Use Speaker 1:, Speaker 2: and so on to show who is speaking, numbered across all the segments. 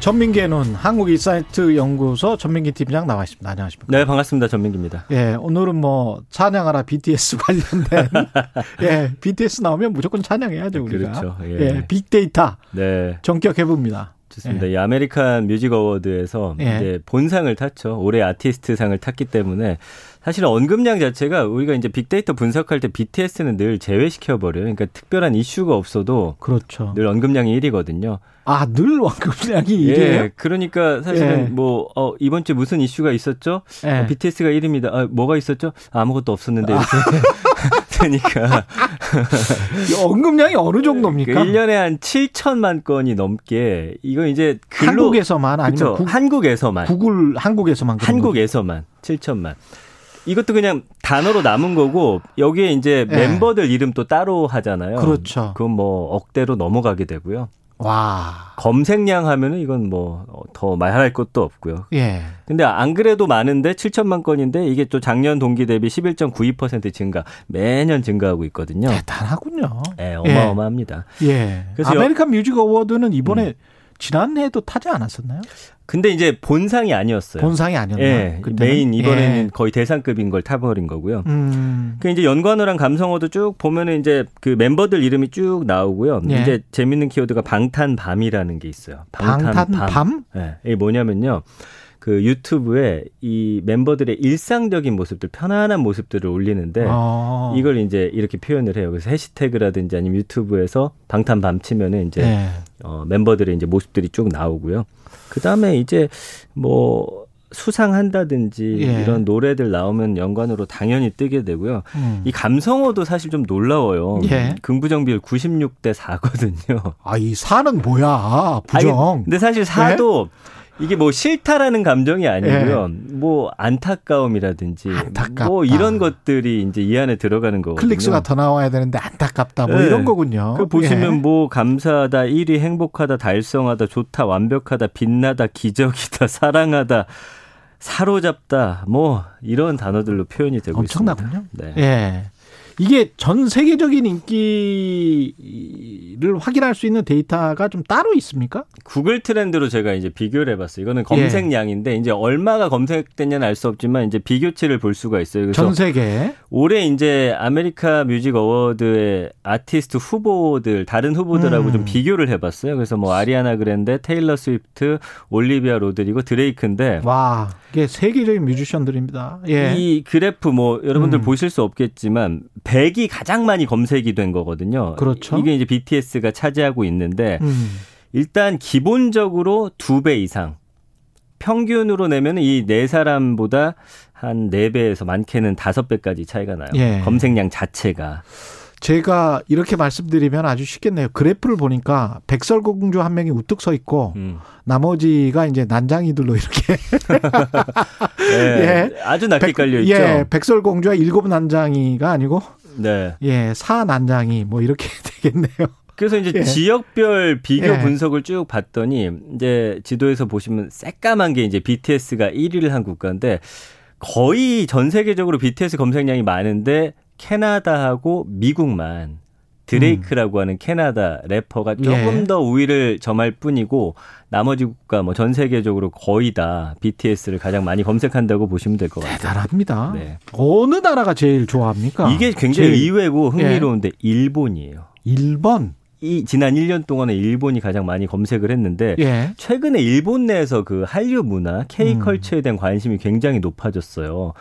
Speaker 1: 전민기의 눈 한국 인사이트 연구소 전민기 팀장 나와 있습니다. 안녕하십니까?
Speaker 2: 네, 반갑습니다. 전민기입니다.
Speaker 1: 예, 오늘은 뭐 찬양하라 BTS 관련된 예, BTS 나오면 무조건 찬양해야죠, 우리가.
Speaker 2: 그렇죠. 예.
Speaker 1: 예, 빅데이터
Speaker 2: 네,
Speaker 1: 전격해 봅니다.
Speaker 2: 좋습니다.
Speaker 1: 네.
Speaker 2: 이 아메리칸 뮤직 어워드에서
Speaker 1: 예.
Speaker 2: 이제 본상을 탔죠. 올해 아티스트 상을 탔기 때문에 사실 언급량 자체가 우리가 이제 빅데이터 분석할 때 BTS는 늘 제외시켜 버려요. 그러니까 특별한 이슈가 없어도
Speaker 1: 그렇죠.
Speaker 2: 늘 언급량이 1위거든요. 예,
Speaker 1: 아, 늘 원금량이 이래요.
Speaker 2: 그러니까 사실은
Speaker 1: 예.
Speaker 2: 뭐 어, 이번 주에 무슨 이슈가 있었죠?
Speaker 1: 예.
Speaker 2: 어, BTS가 1위입니다. 아, 뭐가 있었죠? 아, 무것도 없었는데 이렇게 되니까
Speaker 1: 그러니까? 언급량이 어느 정도입니까?
Speaker 2: 그 1년에 한 7천만 건이 넘게 이거 이제 글로
Speaker 1: 한국에서만 아니면 구,
Speaker 2: 그렇죠. 한국에서만.
Speaker 1: 구글 한국에서만 그런
Speaker 2: 한국에서만 7천만. 이것도 그냥 단어로 남은 거고 여기에 이제
Speaker 1: 예.
Speaker 2: 멤버들 이름 또 따로 하잖아요.
Speaker 1: 그렇죠.
Speaker 2: 건뭐 억대로 넘어가게 되고요.
Speaker 1: 거. 와.
Speaker 2: 검색량 하면은 이건 뭐 더 말할 것도 없고요.
Speaker 1: 예.
Speaker 2: 근데 안 그래도 많은데 7천만 건인데 이게 또 작년 동기 대비 11.92% 증가. 매년 증가하고 있거든요.
Speaker 1: 대단하군요.
Speaker 2: 예, 어마어마합니다.
Speaker 1: 예.
Speaker 2: 그래서 음. 여-
Speaker 1: 아메리칸 뮤직 어워드는 이번에 지난해에도 타지 않았었나요?
Speaker 2: 근데 이제 본상이 아니었어요.
Speaker 1: 본상이 아니었나?
Speaker 2: 예,
Speaker 1: 그때는?
Speaker 2: 메인 이번에는
Speaker 1: 예.
Speaker 2: 거의 대상급인 걸 타버린 거고요.
Speaker 1: 음.
Speaker 2: 그 이제 연관어랑 감성어도 쭉 보면은 이제 그 멤버들 이름이 쭉 나오고요.
Speaker 1: 예.
Speaker 2: 이제 재밌는 키워드가 방탄밤이라는 게 있어요.
Speaker 1: 방탄밤?
Speaker 2: 예, 이게 뭐냐면요. 그 유튜브에 이 멤버들의 일상적인 모습들, 편안한 모습들을 올리는데
Speaker 1: 어.
Speaker 2: 네. 이걸 이제 이렇게 표현을 해요. 그래서 해시태그라든지 아니면 유튜브에서 방탄밤 치면은 이제
Speaker 1: 예.
Speaker 2: 어, 멤버들의 이제 모습들이 쭉 나오고요. 그 다음에 이제 뭐 수상한다든지
Speaker 1: 예.
Speaker 2: 이런 노래들 나오면 연관으로 당연히 뜨게 되고요.
Speaker 1: 음.
Speaker 2: 이 감성어도 사실 좀 놀라워요.
Speaker 1: 예.
Speaker 2: 긍부정 비율 96대 4거든요.
Speaker 1: 아, 이 사는 뭐야? 아, 부정. 예.
Speaker 2: 근데 사실 4도 이게 뭐 싫다라는 감정이 아니고요. 뭐 안타까움이라든지
Speaker 1: 예. 안타깝다.
Speaker 2: 뭐 이런 것들이 이제 이 안에 들어가는 거거든요.
Speaker 1: 클릭수가 예. 더 나와야 되는데 안타깝다. 뭐
Speaker 2: 예.
Speaker 1: 이런 거군요.
Speaker 2: 네. 그 보시면 뭐 감사하다, 1위 행복하다, 달성하다, 좋다, 완벽하다, 빛나다, 기적이다, 사랑하다, 사로잡다, 뭐 이런 단어들로 표현이 되고
Speaker 1: 엄청나군요.
Speaker 2: 있습니다.
Speaker 1: 예.
Speaker 2: 네.
Speaker 1: 예. 이게 전 세계적인 인기를 확인할 수 있는 데이터가 좀 따로 있습니까?
Speaker 2: 구글 트렌드로 제가 이제 비교를 해봤어요. 이거는
Speaker 1: 예.
Speaker 2: 검색량인데 이제 얼마가 검색됐냐는 알 수 없지만 이제 비교치를 볼 수가 있어요. 그래서
Speaker 1: 전 세계.
Speaker 2: 올해 이제 아메리카 뮤직 어워드의 아티스트 후보들 다른 후보들하고
Speaker 1: 음.
Speaker 2: 좀 비교를 해봤어요. 그래서 뭐 아리아나 그랜데, 테일러 스위프트, 올리비아 로드리고 드레이크인데
Speaker 1: 와, 이게 세계적인 뮤지션들입니다. 예.
Speaker 2: 네. 이 그래프 뭐 여러분들
Speaker 1: 음.
Speaker 2: 보실 수 없겠지만 100이 가장 많이 검색이 된 거거든요.
Speaker 1: 그렇죠.
Speaker 2: 이게 이제 BTS가 차지하고 있는데
Speaker 1: 음.
Speaker 2: 일단 기본적으로 두 배 이상 평균으로 내면 이 네 사람보다 한 네배에서 많게는 다섯 배까지 차이가 나요.
Speaker 1: 예.
Speaker 2: 검색량 자체가.
Speaker 1: 제가 이렇게 말씀드리면 아주 쉽겠네요. 그래프를 보니까 백설공주 한 명이 우뚝 서 있고
Speaker 2: 음.
Speaker 1: 나머지가 이제 난장이들로 이렇게
Speaker 2: 예. 아주 낮게 깔려 있죠.
Speaker 1: 예, 백설공주와 일곱 난장이가 아니고
Speaker 2: 네.
Speaker 1: 예, 사 난장이 뭐 이렇게 되겠네요.
Speaker 2: 그래서 이제
Speaker 1: 예.
Speaker 2: 지역별 비교
Speaker 1: 예.
Speaker 2: 분석을 쭉 봤더니 이제 지도에서 보시면 새까만 게 이제 BTS가 1위를 한 국가인데 거의 전 세계적으로 BTS 검색량이 많은데 캐나다하고 미국만 드레이크라고 하는 캐나다 래퍼가 조금
Speaker 1: 음. 예.
Speaker 2: 더 우위를 점할 뿐이고 나머지 국가 뭐 전 세계적으로 거의 다 BTS를 가장 많이 검색한다고 보시면 될 것 같아요.
Speaker 1: 대단합니다.
Speaker 2: 네.
Speaker 1: 어느 나라가 제일 좋아합니까?
Speaker 2: 이게 굉장히
Speaker 1: 제일 예.
Speaker 2: 의외고 흥미로운데 일본이에요.
Speaker 1: 일본.
Speaker 2: 이 지난 1년 동안에 일본이 가장 많이 검색을 했는데
Speaker 1: 예.
Speaker 2: 최근에 일본 내에서 그 한류 문화, K
Speaker 1: 음.
Speaker 2: 컬처에 대한 관심이 굉장히 높아졌어요.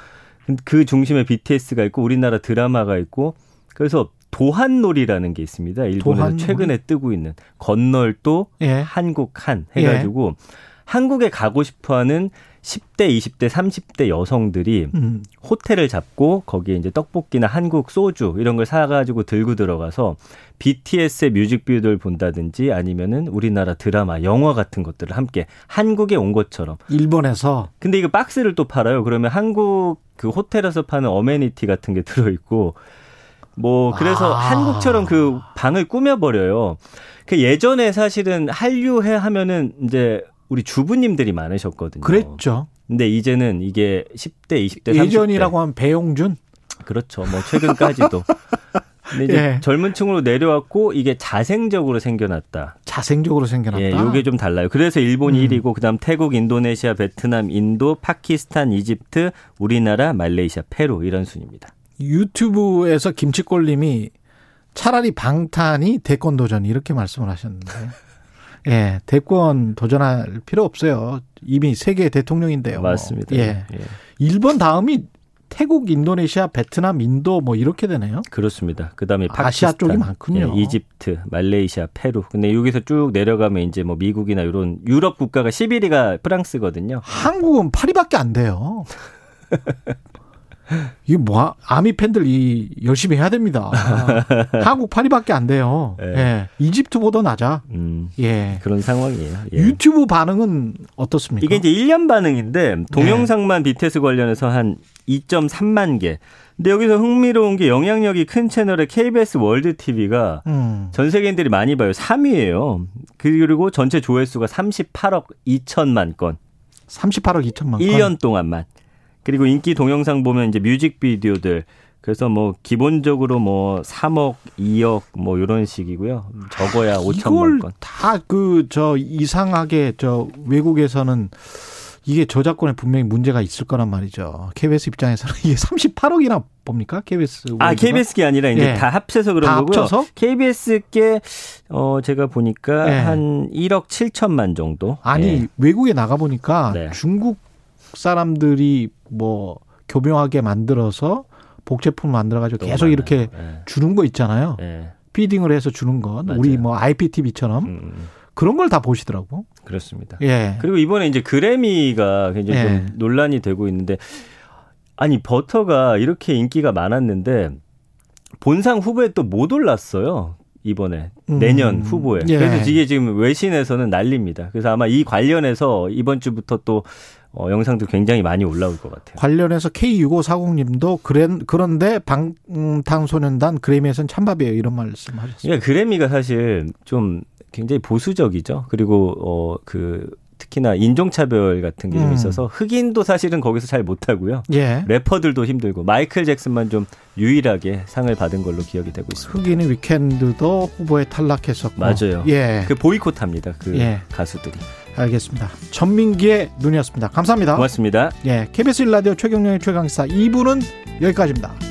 Speaker 2: 그 중심에 BTS가 있고 우리나라 드라마가 있고 그래서 도한놀이라는 게 있습니다. 일본에서
Speaker 1: 도한놀이?
Speaker 2: 최근에 뜨고 있는 건널도
Speaker 1: 예.
Speaker 2: 한국한 해가지고 한국에 가고 싶어하는 10대, 20대, 30대 여성들이
Speaker 1: 음.
Speaker 2: 호텔을 잡고 거기에 이제 떡볶이나 한국 소주 이런 걸 사가지고 들고 들어가서 BTS의 뮤직비디오를 본다든지 아니면은 우리나라 드라마, 영화 같은 것들을 함께 한국에 온 것처럼.
Speaker 1: 일본에서
Speaker 2: 근데 이거 박스를 또 팔아요. 그러면 한국 그 호텔에서 파는 어메니티 같은 게 들어있고 뭐 그래서
Speaker 1: 아.
Speaker 2: 한국처럼 그 방을 꾸며버려요. 그 예전에 사실은 한류회 하면은 이제 우리 주부님들이 많으셨거든요.
Speaker 1: 그랬죠.
Speaker 2: 근데 이제는 이게 10대, 20대, 네, 30대
Speaker 1: 예전이라고 하면 배용준.
Speaker 2: 그렇죠. 뭐 최근까지도. 근데 이제
Speaker 1: 예.
Speaker 2: 젊은 층으로 내려왔고 이게 자생적으로 생겨났다.
Speaker 1: 자생적으로 생겨났다.
Speaker 2: 예, 요게 좀 달라요. 그래서 일본이
Speaker 1: 음.
Speaker 2: 1위고 그다음 태국, 인도네시아, 베트남, 인도, 파키스탄, 이집트, 우리나라, 말레이시아, 페루 이런 순입니다.
Speaker 1: 유튜브에서 김치꼴님이 차라리 방탄이 대권 도전 이렇게 말씀을 하셨는데, 예, 대권 도전할 필요 없어요. 이미 세계 대통령인데요. 뭐.
Speaker 2: 맞습니다.
Speaker 1: 예,
Speaker 2: 예,
Speaker 1: 일본 다음이 태국, 인도네시아, 베트남, 인도 뭐 이렇게 되네요.
Speaker 2: 그렇습니다. 그다음에 파키스탄,
Speaker 1: 아시아 쪽이 많군요.
Speaker 2: 예, 이집트, 말레이시아, 페루. 근데 여기서 쭉 내려가면 이제 뭐 미국이나 이런 유럽 국가가 11위가 프랑스거든요.
Speaker 1: 한국은 파리밖에 안 돼요. 이게 뭐 하- 아미 팬들 이 열심히 해야 됩니다. 한국 파리밖에 안 돼요.
Speaker 2: 예.
Speaker 1: 예, 이집트보다 낮아.
Speaker 2: 음,
Speaker 1: 예.
Speaker 2: 그런 상황이에요. 예.
Speaker 1: 유튜브 반응은 어떻습니까?
Speaker 2: 이게 이제 1년 반응인데 동영상만
Speaker 1: 네.
Speaker 2: BTS 관련해서 한 2.3만 개. 근데 여기서 흥미로운 게 영향력이 큰 채널의 KBS 월드 TV가
Speaker 1: 음.
Speaker 2: 전 세계인들이 많이 봐요. 3위예요. 그리고 전체 조회수가 38억 2천만 건.
Speaker 1: 38억 2천만 아, 건.
Speaker 2: 1년 동안만. 그리고 인기 동영상 보면 이제 뮤직비디오들. 그래서 뭐 기본적으로 뭐 3억, 2억 뭐 이런 식이고요. 적어야 5천만
Speaker 1: 아, 이걸
Speaker 2: 건.
Speaker 1: 다 그 저 이상하게 저 외국에서는 이게 저작권에 분명히 문제가 있을 거란 말이죠. KBS 입장에서는 이게 38억이나 봅니까? KBS.
Speaker 2: 아,
Speaker 1: 월드가?
Speaker 2: KBS 게 아니라 이제
Speaker 1: 예.
Speaker 2: 다 합쳐서 그런
Speaker 1: 다
Speaker 2: 거고요.
Speaker 1: 합쳐서?
Speaker 2: KBS 게 어, 제가 보니까
Speaker 1: 예.
Speaker 2: 한 1억 7천만 정도.
Speaker 1: 아니
Speaker 2: 예.
Speaker 1: 외국에 나가 보니까
Speaker 2: 네.
Speaker 1: 중국 사람들이 뭐 교묘하게 만들어서 복제품 만들어 가지고
Speaker 2: 너무
Speaker 1: 계속
Speaker 2: 많아요.
Speaker 1: 이렇게 어.
Speaker 2: 예.
Speaker 1: 주는 거 있잖아요.
Speaker 2: 예.
Speaker 1: 피딩을 해서 주는 건 우리
Speaker 2: 맞아요.
Speaker 1: 뭐 IPTV처럼
Speaker 2: 음,
Speaker 1: 그런 걸 다 보시더라고.
Speaker 2: 그렇습니다.
Speaker 1: 예.
Speaker 2: 그리고 이번에 이제 그래미가 굉장히
Speaker 1: 예.
Speaker 2: 좀 논란이 되고 있는데 아니 버터가 이렇게 인기가 많았는데 본상 후보에 또 못 올랐어요. 이번에
Speaker 1: 음.
Speaker 2: 내년 후보에
Speaker 1: 예.
Speaker 2: 그래서 이게 지금 외신에서는 난립니다. 그래서 아마 이 관련해서 이번 주부터 또 어, 영상도 굉장히 많이 올라올 것 같아요.
Speaker 1: 관련해서 K6540님도 그런 그런데 방탄소년단 그래미에선 찬밥이에요 이런 말씀하셨어요.
Speaker 2: 그러니까 그래미가 사실 좀 굉장히 보수적이죠. 그리고 어 그 특히나 인종차별 같은 게 좀
Speaker 1: 음.
Speaker 2: 있어서 흑인도 사실은 거기서 잘 못하고요.
Speaker 1: 예.
Speaker 2: 래퍼들도 힘들고 마이클 잭슨만 좀 유일하게 상을 받은 걸로 기억이 되고 있습니다.
Speaker 1: 흑인의 위켄드도 후보에 탈락했었고.
Speaker 2: 맞아요.
Speaker 1: 예.
Speaker 2: 그 보이콧합니다. 그
Speaker 1: 예.
Speaker 2: 가수들이.
Speaker 1: 알겠습니다. 전민기의 눈이었습니다. 감사합니다.
Speaker 2: 고맙습니다.
Speaker 1: 예. KBS 1라디오 최경령의 최강사 2부는 여기까지입니다.